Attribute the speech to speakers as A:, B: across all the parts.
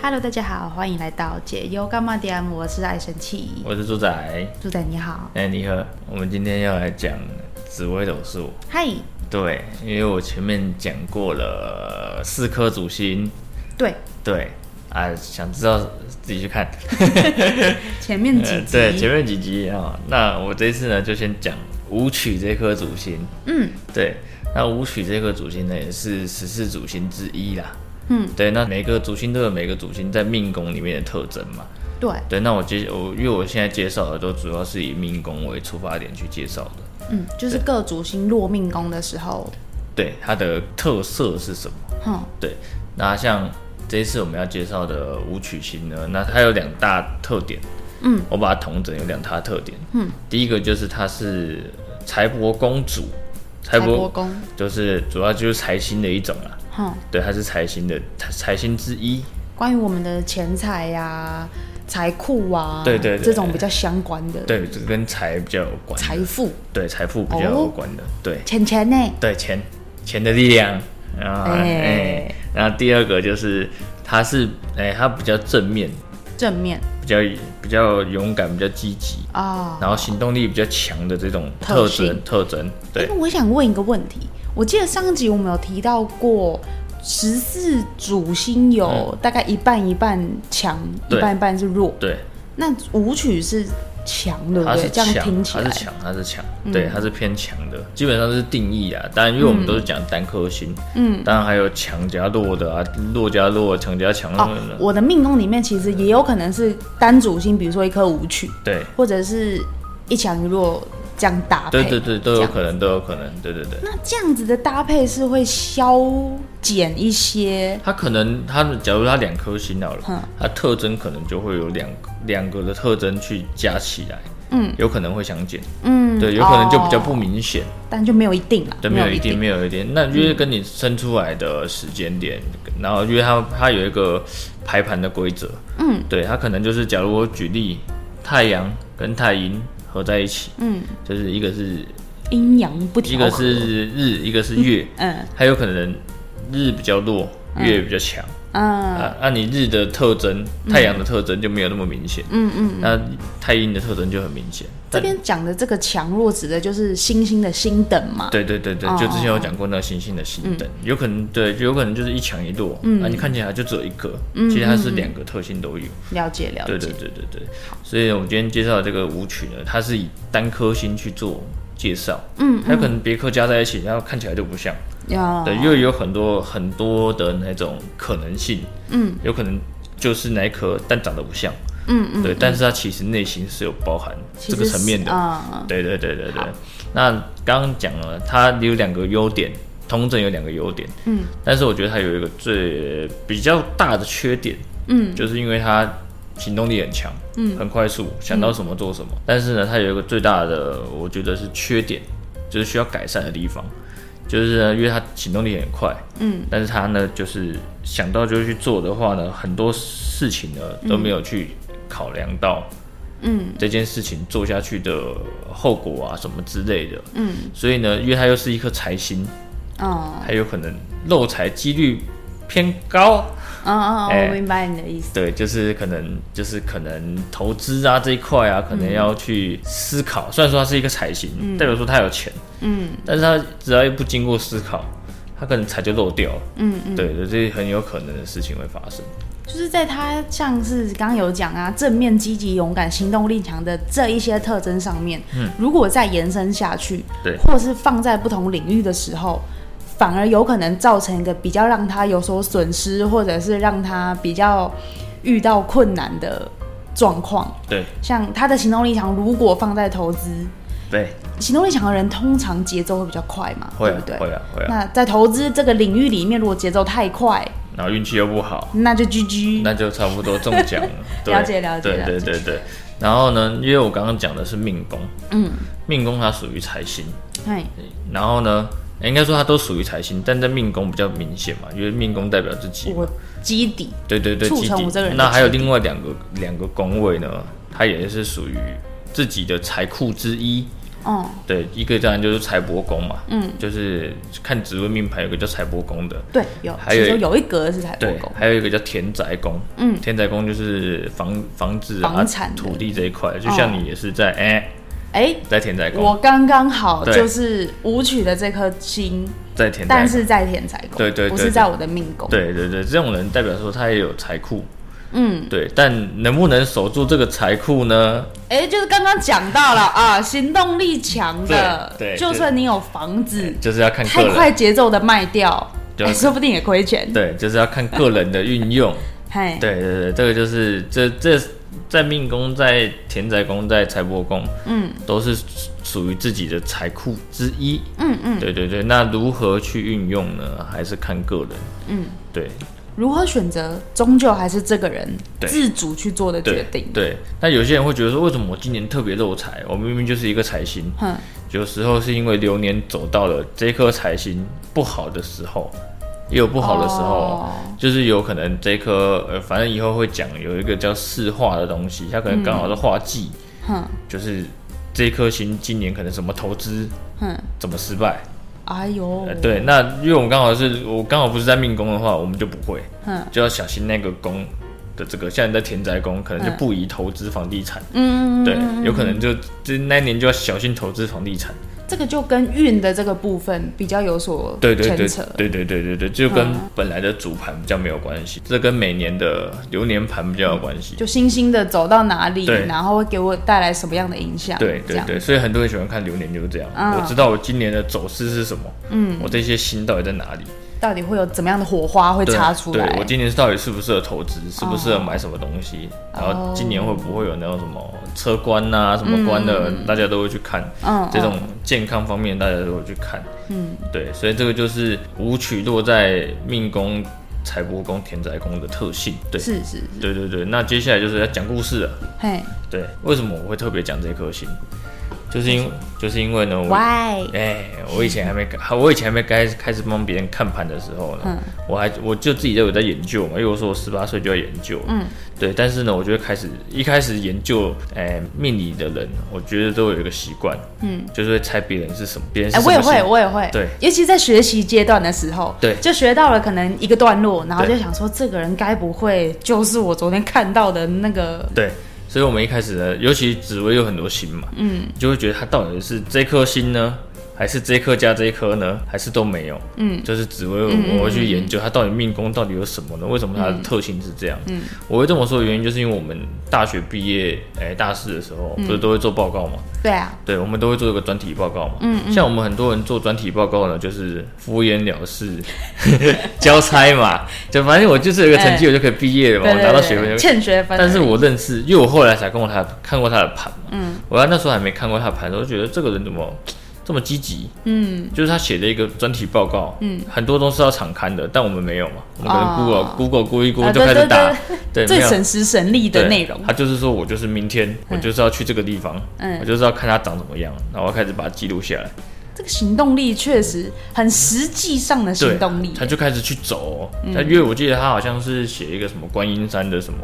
A: Hello，大家好，欢迎来到解忧干嘛点，我是爱生气。
B: 我是猪仔，哎、
A: 猪仔你好，
B: 你好，我们今天要来讲紫微斗数。
A: 嗨，
B: 对，因为我前面讲过了四颗主星，
A: 对，
B: 对啊，想知道自己去看。
A: 前面几
B: 呃
A: 集，
B: 对，前面几集啊、那我这一次呢，就先讲武曲这颗主星。
A: 嗯
B: 对，那武曲这颗主星呢，也是十四主星之一啦。
A: 嗯，
B: 对，那每个主星都有每个主星在命宫里面的特征嘛。
A: 对，
B: 对，那我接我因为我现在介绍的都主要是以命宫为出发点去介绍的。
A: 嗯，就是各主星落命宫的时候，
B: 对，它的特色是什么？
A: 哼，
B: 对，那像这一次我们要介绍的武曲星呢，那它有两大特点。
A: 嗯，
B: 我把它统整有两大特点。嗯，第一个就是它是财帛公主，财
A: 帛
B: 帛
A: 宫，
B: 就是主要就是财星的一种啦。
A: 哼，
B: 对，它是财星的财财星之一。
A: 关于我们的钱财呀、财库啊，
B: 对对对
A: 这种比较相关的，，
B: 对，这跟财比较有关。
A: 财富、
B: 对财富比较有
A: 哦
B: 关的。对。
A: 钱钱呢，
B: 对钱钱的力量啊，
A: 哎
B: 哎、然后第二个就是他是哎、他比较正面，
A: 正面
B: 比较比较勇敢，比较积极，
A: 啊。
B: 然后行动力比较强的这种
A: 特
B: 特
A: 性
B: 征特征，
A: 因
B: 对
A: 为我想问一个问题，我记得上集我们有提到过，十四主星有大概一半一半强，一
B: 嗯对
A: 半一半是弱。
B: 对，
A: 那舞曲是强，对不
B: 他
A: 对？
B: 是
A: 这样
B: 强，
A: 听起
B: 他
A: 来嗯
B: 是，强，他是强，对，他是偏强的，基本上是定义啊。当然，因为我们都是讲单颗星，嗯，当然还有强加弱的啊，弱加弱，强加强那
A: 哦
B: 种，的，
A: 我的命宫里面其实也有可能是单主星，比如说一颗舞曲，
B: 对，
A: 或者是一强一弱这样搭配。
B: 对对对，都
A: 这
B: 有
A: 样
B: 可能，都有可能，对对对。
A: 那这样子的搭配是会消减一些，
B: 它可能它的假如它两颗星好
A: 嗯
B: 了，它特征可能就会有两两个的特征去加起来，
A: 嗯，
B: 有可能会相减，
A: 嗯，
B: 对，有可能就比较不
A: 哦，
B: 明显，
A: 但就没有一定了，
B: 对，没有
A: 一
B: 一定，没有一定，那因为跟你生出来的时间点，然后因为它它有一个排盘的规则，
A: 嗯，
B: 对，它可能就是假如我举例，太阳跟太阴合在一起，
A: 嗯，
B: 就是一个是
A: 阴阳不
B: 一
A: 调和，
B: 个是日，一个是 月，
A: 嗯
B: 还有可能日比较弱，月比较强。
A: 嗯
B: 啊，那你日的特征，太阳的特征就没有那么明显，
A: 嗯嗯，
B: 那太阴的特征就很明显。
A: 这
B: 但
A: 边讲的这个强弱指的就是星星的星等嘛，
B: 对对对对
A: 哦，嗯
B: 就之前有讲过那个星星的星等，有可能对，有可能就是一强一弱，嗯、啊，你看起来就只有一个，
A: 嗯
B: 其实它是两个特性都有。
A: 了解了解，
B: 对对对对对，所以我今天介绍的这个舞曲呢，它是以单颗星去做介绍，嗯，它有可能别颗加在一起，然后看起来就不像，
A: 啊
B: 对，又有很多很多的那种可能性，嗯，有可能就是那一颗，但长得不像，
A: 嗯
B: 嗯，对，但是它其实内心是有包含
A: 其
B: 这
A: 实
B: 个层面
A: 是
B: 的，
A: 嗯
B: 对对对对对。那刚刚讲了，它有两个优点，同整有两个优点，
A: 嗯，
B: 但是我觉得它有一个最比较大的缺点，
A: 嗯，
B: 就是因为它行动力很强，嗯，很快速，想到什么做什么，但是呢，它有一个最大的，我觉得是缺点，就是需要改善的地方。就是呢，因为他行动力很快，
A: 嗯，
B: 但是他呢，就是想到就去做的话呢，很多事情呢都没有去考量到，
A: 嗯，
B: 这件事情做下去的后果啊什么之类的，嗯，所以呢，因为它又是一颗财星，
A: 嗯
B: 还有可能漏财几率偏高，
A: 嗯嗯，
B: 哎
A: 我明白你的意思，
B: 对，就是可能就是可能投资啊这一块啊，可能要去思考。虽然说它是一个财星，代表说它有钱，
A: 嗯
B: 但是他只要一不经过思考，他可能财就漏掉了。
A: 嗯嗯，
B: 对对，这很有可能的事情会发生。
A: 就是在他像是刚刚有讲啊，正面积极、勇敢、行动力强的这一些特征上面，嗯，如果再延伸下去，
B: 对
A: 或是放在不同领域的时候。反而有可能造成一个比较让他有所损失，或者是让他比较遇到困难的状况。
B: 对
A: 像他的行动力强，如果放在投资，
B: 对，
A: 行动力强的人通常节奏会比较快嘛，
B: 会
A: 对不
B: 啊
A: 对？
B: 会啊会啊。
A: 那在投资这个领域里面，如果节奏太快，
B: 然后运气又不好，
A: 那就 GG。
B: 那就差不多中 奖了。对
A: 了解了解
B: 对
A: 了
B: 对对对。然后呢，因为我刚刚讲的是命宫，
A: 嗯，
B: 命宫它属于财星，
A: 哎，
B: 然后呢，应该说它都属于财星，但在命宫比较明显嘛，因为命宫代表自己。
A: 我基底
B: 对对对，
A: 哦促成
B: 基底
A: 我这个人的
B: 那还有
A: 基底
B: 另外两个两个宫位呢，它也是属于自己的财库之一。
A: 嗯嗯
B: 对，一个当然就是财帛宫嘛，
A: 嗯，
B: 就是看紫微命盘有个叫财帛宫的，
A: 对，有，
B: 还有
A: 其中有一格是财帛
B: 对
A: 宫，，
B: 还有一个叫田宅宫，
A: 嗯，
B: 田宅宫就是房房子啊
A: 房产、的
B: 土地这一块，就像你也是在哎、
A: 哎，
B: 在田宅宫，
A: 我刚刚好
B: 对
A: 就是舞曲的这颗星，
B: 在田宅
A: 但
B: 宫，
A: 是在田宅宫，
B: 对对对
A: 不是
B: 对
A: 在我的命宫，
B: 对对对，这种人代表说他也有财库，
A: 嗯，
B: 对，但能不能守住这个财库呢？
A: 哎，就是刚刚讲到了啊，行动力强的，
B: 对对
A: 就算你有房子，
B: 就是要看个
A: 太
B: 人，
A: 快节奏的卖掉，
B: 对
A: 哎，说不定也亏钱，
B: 对，就是要看个人的运用。
A: 嗨，
B: 对对对，这个就是这这在命宫、在田宅宫、在财帛宫，
A: 嗯，
B: 都是属于自己的财库之一。
A: 嗯嗯，
B: 对对对，那如何去运用呢？还是看个人。
A: 嗯，
B: 对
A: 如何选择，终究还是这个人
B: 对
A: 自主去做的决
B: 对
A: 定，
B: 对。那有些人会觉得说，为什么我今年特别漏财？我明明就是一个财星，
A: 哼，
B: 有时候是因为流年走到了这颗财星不好的时候，也有不好的时候。
A: 哦
B: 就是有可能这颗呃，反正以后会讲有一个叫四化的东西，它可能刚好是化忌，
A: 哼
B: 就是这颗星今年可能什么投资
A: 哼，
B: 怎么失败，
A: 哎呦
B: 呃，，对，那因为我们刚好是我刚好不是在命宫的话，我们就不会，
A: 嗯
B: 就要小心那个宫的这个，像你在田宅宫，可能就不宜投资房地产，
A: 嗯，
B: 对，有可能就这那一年就要小心投资房地产，
A: 这个就跟运的这个部分比较有所
B: 对对对
A: 牵扯，嗯
B: 对对对对对，就跟本来的主盘比较没有关系，这跟每年的流年盘比较有关系。
A: 就星星的走到哪里，
B: 对
A: 然后会给我带来什么样的影响？
B: 对
A: 这
B: 对
A: 样
B: 对，所以很多人喜欢看流年就是这样。
A: 嗯
B: 我知道我今年的走势是什么，嗯，我这些心到底在哪里？
A: 到底会有怎么样的火花会
B: 对啊
A: 擦出来？
B: 对我今年到底适不适合投资，适不适合买什么东西？
A: 哦
B: 然后今年会不会有那种什么车关呐、什么关的，大家都会去看。
A: 嗯，
B: 这
A: 嗯
B: 种健康方面，大家都会去看。嗯，对，所以这个就是舞曲落在命宫、财帛宫、田宅宫的特性。对，
A: 是是，
B: 对对对。那接下来就是要讲故事了。
A: 嘿
B: 对，为什么我会特别讲这颗星？就是因就是因为呢，我
A: ，Why？
B: 哎、我以前还没开，我以前还没开开始帮别人看盘的时候呢，
A: 嗯
B: 我还我就自己都有在研究嘛，因为我说我十八岁就要研究，
A: 嗯，
B: 对，但是呢，我就会开始一开始研究，哎、命理的人，我觉得都有一个习惯，
A: 嗯，
B: 就是会猜别人是什么，别人是
A: 哎，
B: 什
A: 我也
B: 么星、
A: 会，我也会，
B: 对，
A: 尤其在学习阶段的时候，
B: 对
A: 就学到了可能一个段落，然后
B: 对
A: 就想说，这个人该不会就是我昨天看到的那个？
B: 对，所以我们一开始呢，尤其紫薇有很多星嘛，
A: 嗯，
B: 就会觉得它到底是这颗星呢，还是这颗加这颗呢，还是都没有？
A: 嗯，
B: 就是紫薇，我会去研究它到底命宫到底有什么呢？为什么它的特性是这样？嗯，我会这么说的原因，就是因为我们大学毕业，哎、大四的时候
A: 嗯
B: 不是都会做报告嘛？
A: 对啊，
B: 对，我们都会做一个专题报告嘛。嗯像我们很多人做专题报告呢，就是敷衍了事， 交差嘛。就反正我就是有一个成绩，我就可以毕业了嘛，
A: 对
B: 我
A: 对
B: 哦拿到
A: 对
B: 学分就
A: 欠学分而已，
B: 但是我认识，因为我后来才跟过他看过他的盘嘛，嗯，我那时候还没看过他的盘，我就觉得这个人怎么这么积极，
A: 嗯，
B: 就是他写的一个专题报告，嗯，很多都是要敞刊的，但我们没有嘛，我们可能
A: 哦
B: Google、Google 估一估
A: 啊
B: 就开
A: 对对
B: 始打，对
A: 最
B: 没有
A: 省时省力的
B: 对
A: 内容，
B: 他就是说我就是明天我就是要去这个地方，
A: 嗯
B: 我就是要看他长怎么样，然后我开始把它记录下来，
A: 这个行动力确实很实际上的
B: 对
A: 行动力嗯
B: 他就开始去走、哦，他因为我记得他好像是写一个什么观音山的什么，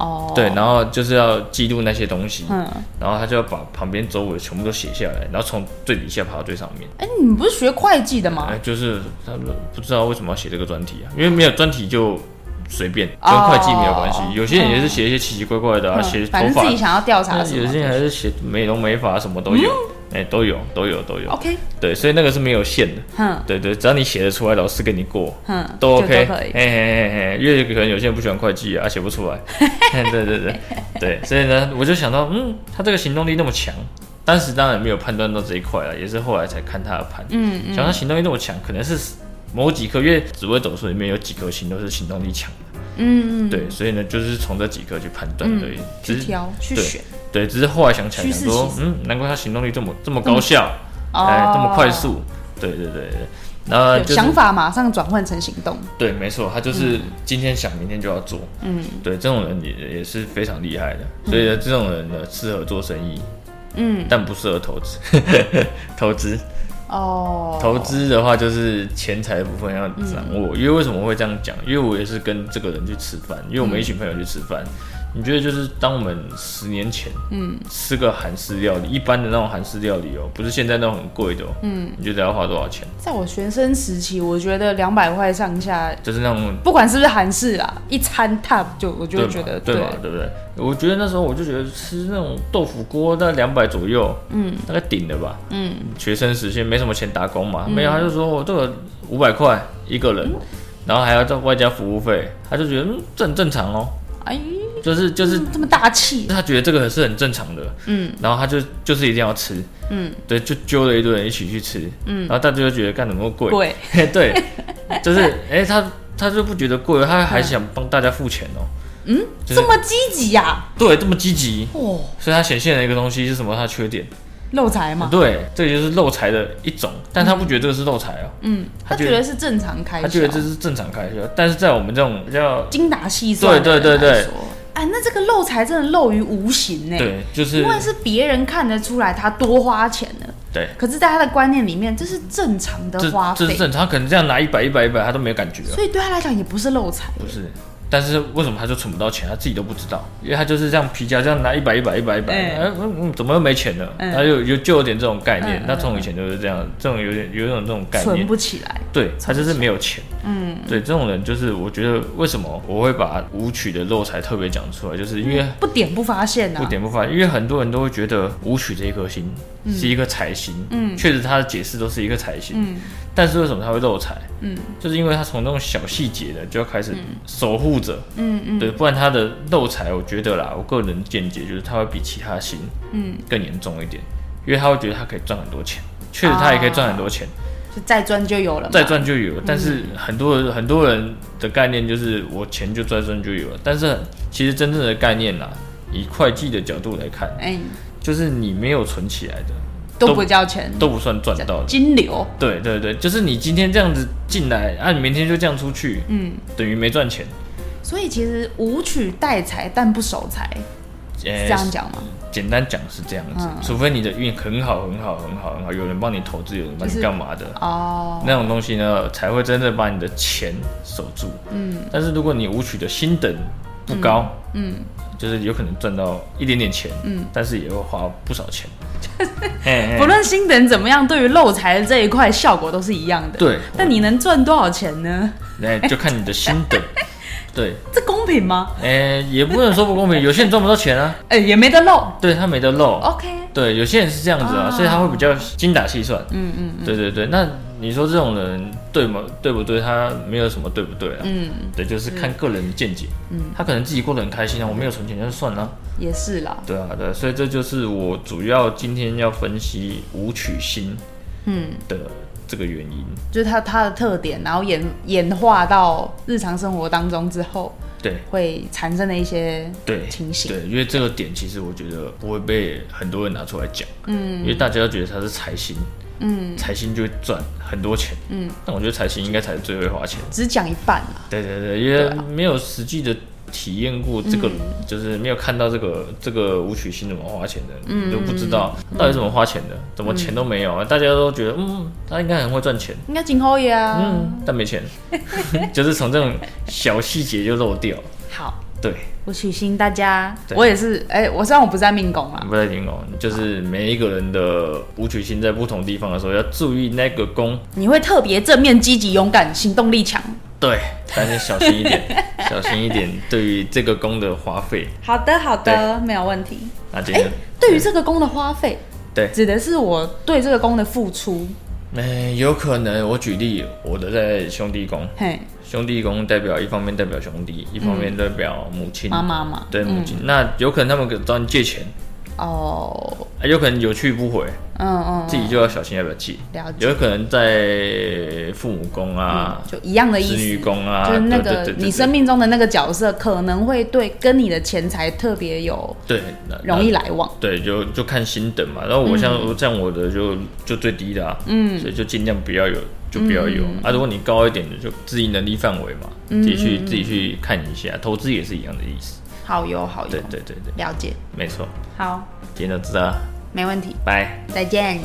A: 哦。
B: 对，，然后就是要记录那些东西，
A: 嗯，
B: 然后他就要把旁边周围的全部都写下来，然后从最底下爬到最上面。
A: 哎，你不是学会计的吗
B: 哎、？就是他们不知道为什么要写这个专题啊，因为没有专题就随便，跟
A: 哦
B: 会计没有关系。有些人也是写一些奇奇怪怪的啊，
A: 嗯
B: 写、
A: 反
B: 头
A: 正
B: 发
A: 自，己想要调查
B: 但
A: 什
B: 是有些
A: 么。嗯
B: 人还是写美容美发什么都有，哎、都有都有都有。
A: OK，
B: 对，所以那个是没有限的。
A: 哼
B: 对对，只要你写得出来，老师给你过，
A: 哼，
B: 都
A: 就
B: OK，哎
A: 都可以。
B: 嘿嘿嘿嘿，因为可能有些人不喜欢会计啊，写不出来。 对对对对，所以呢，我就想到，嗯，他这个行动力那么强，当时当然没有判断到这一块了，也是后来才看他的盘，
A: 嗯
B: 想到行动力那么强，可能是某几颗，因为紫微斗数里面有几颗星都是行动力强的，
A: 嗯，嗯，嗯
B: 对，所以呢，就是从这几颗去判断而已，
A: 去
B: 只是
A: 挑去
B: 对
A: 选。
B: 对，只是后来想起来
A: 趋
B: 想
A: 势
B: 说
A: 其，
B: 嗯，难怪他行动力这么这么高效，
A: 哦
B: 哎、这么快速，对对对对，然后
A: 有
B: 就是
A: 哦想法马上转换成行动，
B: 对，没错，他就是今天想，明天就要做。嗯，对，这种人也也是非常厉害的。所以呢，这种人呢，适合做生意，
A: 嗯，
B: 但不适合投资。投资，
A: 哦，
B: 投资的话就是钱财部分嗯嗯要掌握。因为为什么会这样讲？因为我也是跟这个人去吃饭，因为我们一群朋友去吃饭，你觉得就是当我们十年前，嗯，吃个韩式料理，一般的那种韩式料理哦，不是现在那种很贵的哦，嗯，你觉得要花多少钱？
A: 在我学生时期，我觉得两百块上下，
B: 就是那种
A: 不管是不是韩式啦，一餐 top 就我就
B: 对
A: 会觉得
B: 嘛对嘛，对不对？我觉得那时候我就觉得吃那种豆腐锅大概两百左右，嗯，大概顶了吧，嗯，学生时期没什么钱打工嘛，没有他就说哦我这个五百块一个人，然后还要再外加服务费，他就觉得嗯这很正常哦，
A: 哎，
B: 就是就是
A: 这么大气，
B: 他觉得这个是很正常的，嗯，然后他就就是一定要吃，嗯，对，就揪了一堆人一起去吃，嗯，然后大家就觉得干怎么那么贵，
A: 对，
B: 对，就是哎、他他就不觉得贵，他还想帮大家付钱哦，嗯，就是
A: 这么积极呀，
B: 对，这么积极，
A: 哦，
B: 所以它显现了一个东西是什么？它的缺点，
A: 漏财嘛，
B: 对，这个就是漏财的一种，但他不觉得这个是漏财哦，
A: 嗯，
B: 他
A: 他
B: 觉得
A: 觉得是正常开销，
B: 他觉得这是正常开销，但是在我们这种比较，
A: 精打细算的
B: 对
A: 人来说，
B: 对对对
A: 哎，那这个漏财真的漏于无形呢，
B: 对，就是
A: 因为是别人看得出来他多花钱了，
B: 对，
A: 可是，在他的观念里面，这是正常的
B: 这
A: 花
B: 这
A: 费
B: 是，正常，他可能这样拿一百一百一百，他都没有感觉哦，
A: 所以对他来讲也不是漏财，
B: 不是。但是为什么他就存不到钱？他自己都不知道，因为他就是这样皮夹这样拿一百一百一百一百，
A: 哎
B: 哎嗯嗯，怎么又没钱了？
A: 嗯
B: 他有有就有点这种概念
A: 嗯，
B: 他从以前就是这样，这种有点有一种这种概念
A: 存，不起来，
B: 对他就是没有钱，嗯，对这种人就是我觉得为什么我会把舞曲的漏财特别讲出来，就是因为
A: 不点不发现啊呐、
B: 不点不发，因为很多人都会觉得舞曲这一颗星是一个财星，嗯，确实他的解释都是一个财星，嗯，但是为什么他会漏财？嗯，就是因为他从那种小细节的就要开始守护着，嗯嗯，对，不然他的漏财，我觉得啦，我个人见解就是他会比其他星，嗯，更严重一点，因为他会觉得他可以赚很多钱，确实他也可以赚很多钱。
A: 就再赚就有了嘛，嗯
B: 再赚就有，但是很多人、很多人的概念就是我钱就再赚就有了，但是其实真正的概念啦，以会计的角度来看，
A: 哎、
B: 就是你没有存起来的
A: 都
B: 都
A: 不交钱，
B: 都不算赚到的。
A: 金流，
B: 对对对，就是你今天这样子进来，啊，你明天就这样出去，嗯，等于没赚钱。
A: 所以其实舞曲带财但不守财，
B: 呃
A: 是这样讲吗？
B: 简单讲是这样子，
A: 嗯
B: 除非你的运很好、很好、很好、很好，有人帮你投资，有人
A: 就
B: 帮你
A: 是
B: 干嘛的，
A: 哦，
B: 那种东西呢，才会真正把你的钱守住。嗯，但是如果你舞曲的薪等不高，嗯，就是有可能赚到一点点钱，嗯，但是也会花不少 钱。嘿嘿
A: 不论新人怎么样，对于漏财的这一块效果都是一样的。
B: 对
A: 但你能赚多少钱呢？
B: 哎，就看你的薪 等。对，
A: 这公平吗？
B: 哎，也不能说不公平，有些人赚不到钱啊，
A: 哎、也没得漏。
B: 对他没得漏。啊
A: OK，
B: 对，有些人是这样子啊，
A: 啊
B: 所以他会比较精打细算。嗯嗯对对对。那你说这种人对吗？对不对？他没有什么对不对啊。嗯，对，就是看个人的见解。嗯，他可能自己过得很开心啊，我没有存钱就算了、
A: 也是啦。
B: 对啊，对啊，所以这就是我主要今天要分析舞曲星嗯的这个原因。
A: 就是它它的特点，然后演演化到日常生活当中之后，
B: 对
A: 会产生的一些
B: 对，
A: 情形
B: 对，因为这个点其实我觉得不会被很多人拿出来讲。嗯，因为大家都觉得他是财星。嗯，财星就会赚很多钱。嗯，但我觉得财星应该才是最会花钱的。
A: 只讲一半啊啦。
B: 对对对，因啊嗯为没有实际的体验过这个，就是没有看到这个这个舞曲星怎么花钱的，你都不知道到底怎么花钱的，怎么钱都没有啊！大家都觉得，嗯，他应该很会赚钱，
A: 应该今后也啊。
B: 嗯，但没钱， 就是从这种小细节就漏掉了。
A: 好，
B: 对，
A: 我许昕大家，
B: 对
A: 我也是，哎、我虽然我不在命宫啊啦，
B: 不太听哦，就是每一个人的舞曲星在不同地方的时候，要注意那个宫，
A: 你会特别正面、积极、勇敢、行动力强。
B: 对，但是小 心一点，小心一点，对于这个宫的花费。
A: 好的，好的，没有问题。
B: 那今
A: 哎、
B: 天
A: 对于这个宫的花费，
B: 对。
A: 指的是我对这个宫的付出。
B: 嗯、有可能。我举例，我的在兄弟宫，
A: 嘿，
B: 兄弟宫代表一方面代表兄弟，一方面代表母亲，
A: 嗯妈妈嘛，嗯
B: 对母亲。那有可能他们给找你借钱，
A: 哦，
B: 啊有可能有去不回，
A: 嗯嗯，
B: 自己就要小心要不要借。
A: 了解，
B: 有可能在父母宫啊、
A: 就一样的
B: 子
A: 意
B: 女
A: 思。
B: 宫
A: 嗯
B: 啊，
A: 就是那
B: 对对
A: 个
B: 对对
A: 你生命中的那个角色，可能会对跟你的钱财特别有
B: 对那
A: 容易嗯来往。
B: 对，就就看心等嘛。然后我像、我像我的就就最低的啊，嗯，所以就尽量不要有，就不要有、
A: 嗯
B: 啊。如果你高一点的，就自己能力范围嘛，自己
A: 嗯
B: 去自己去看一下。投资也是一样的意思。
A: 好哟，好哟，
B: 对对对对，
A: 了解，
B: 没错。
A: 好，
B: 今天就知道了，啊
A: 没问题，
B: 拜。
A: 再见。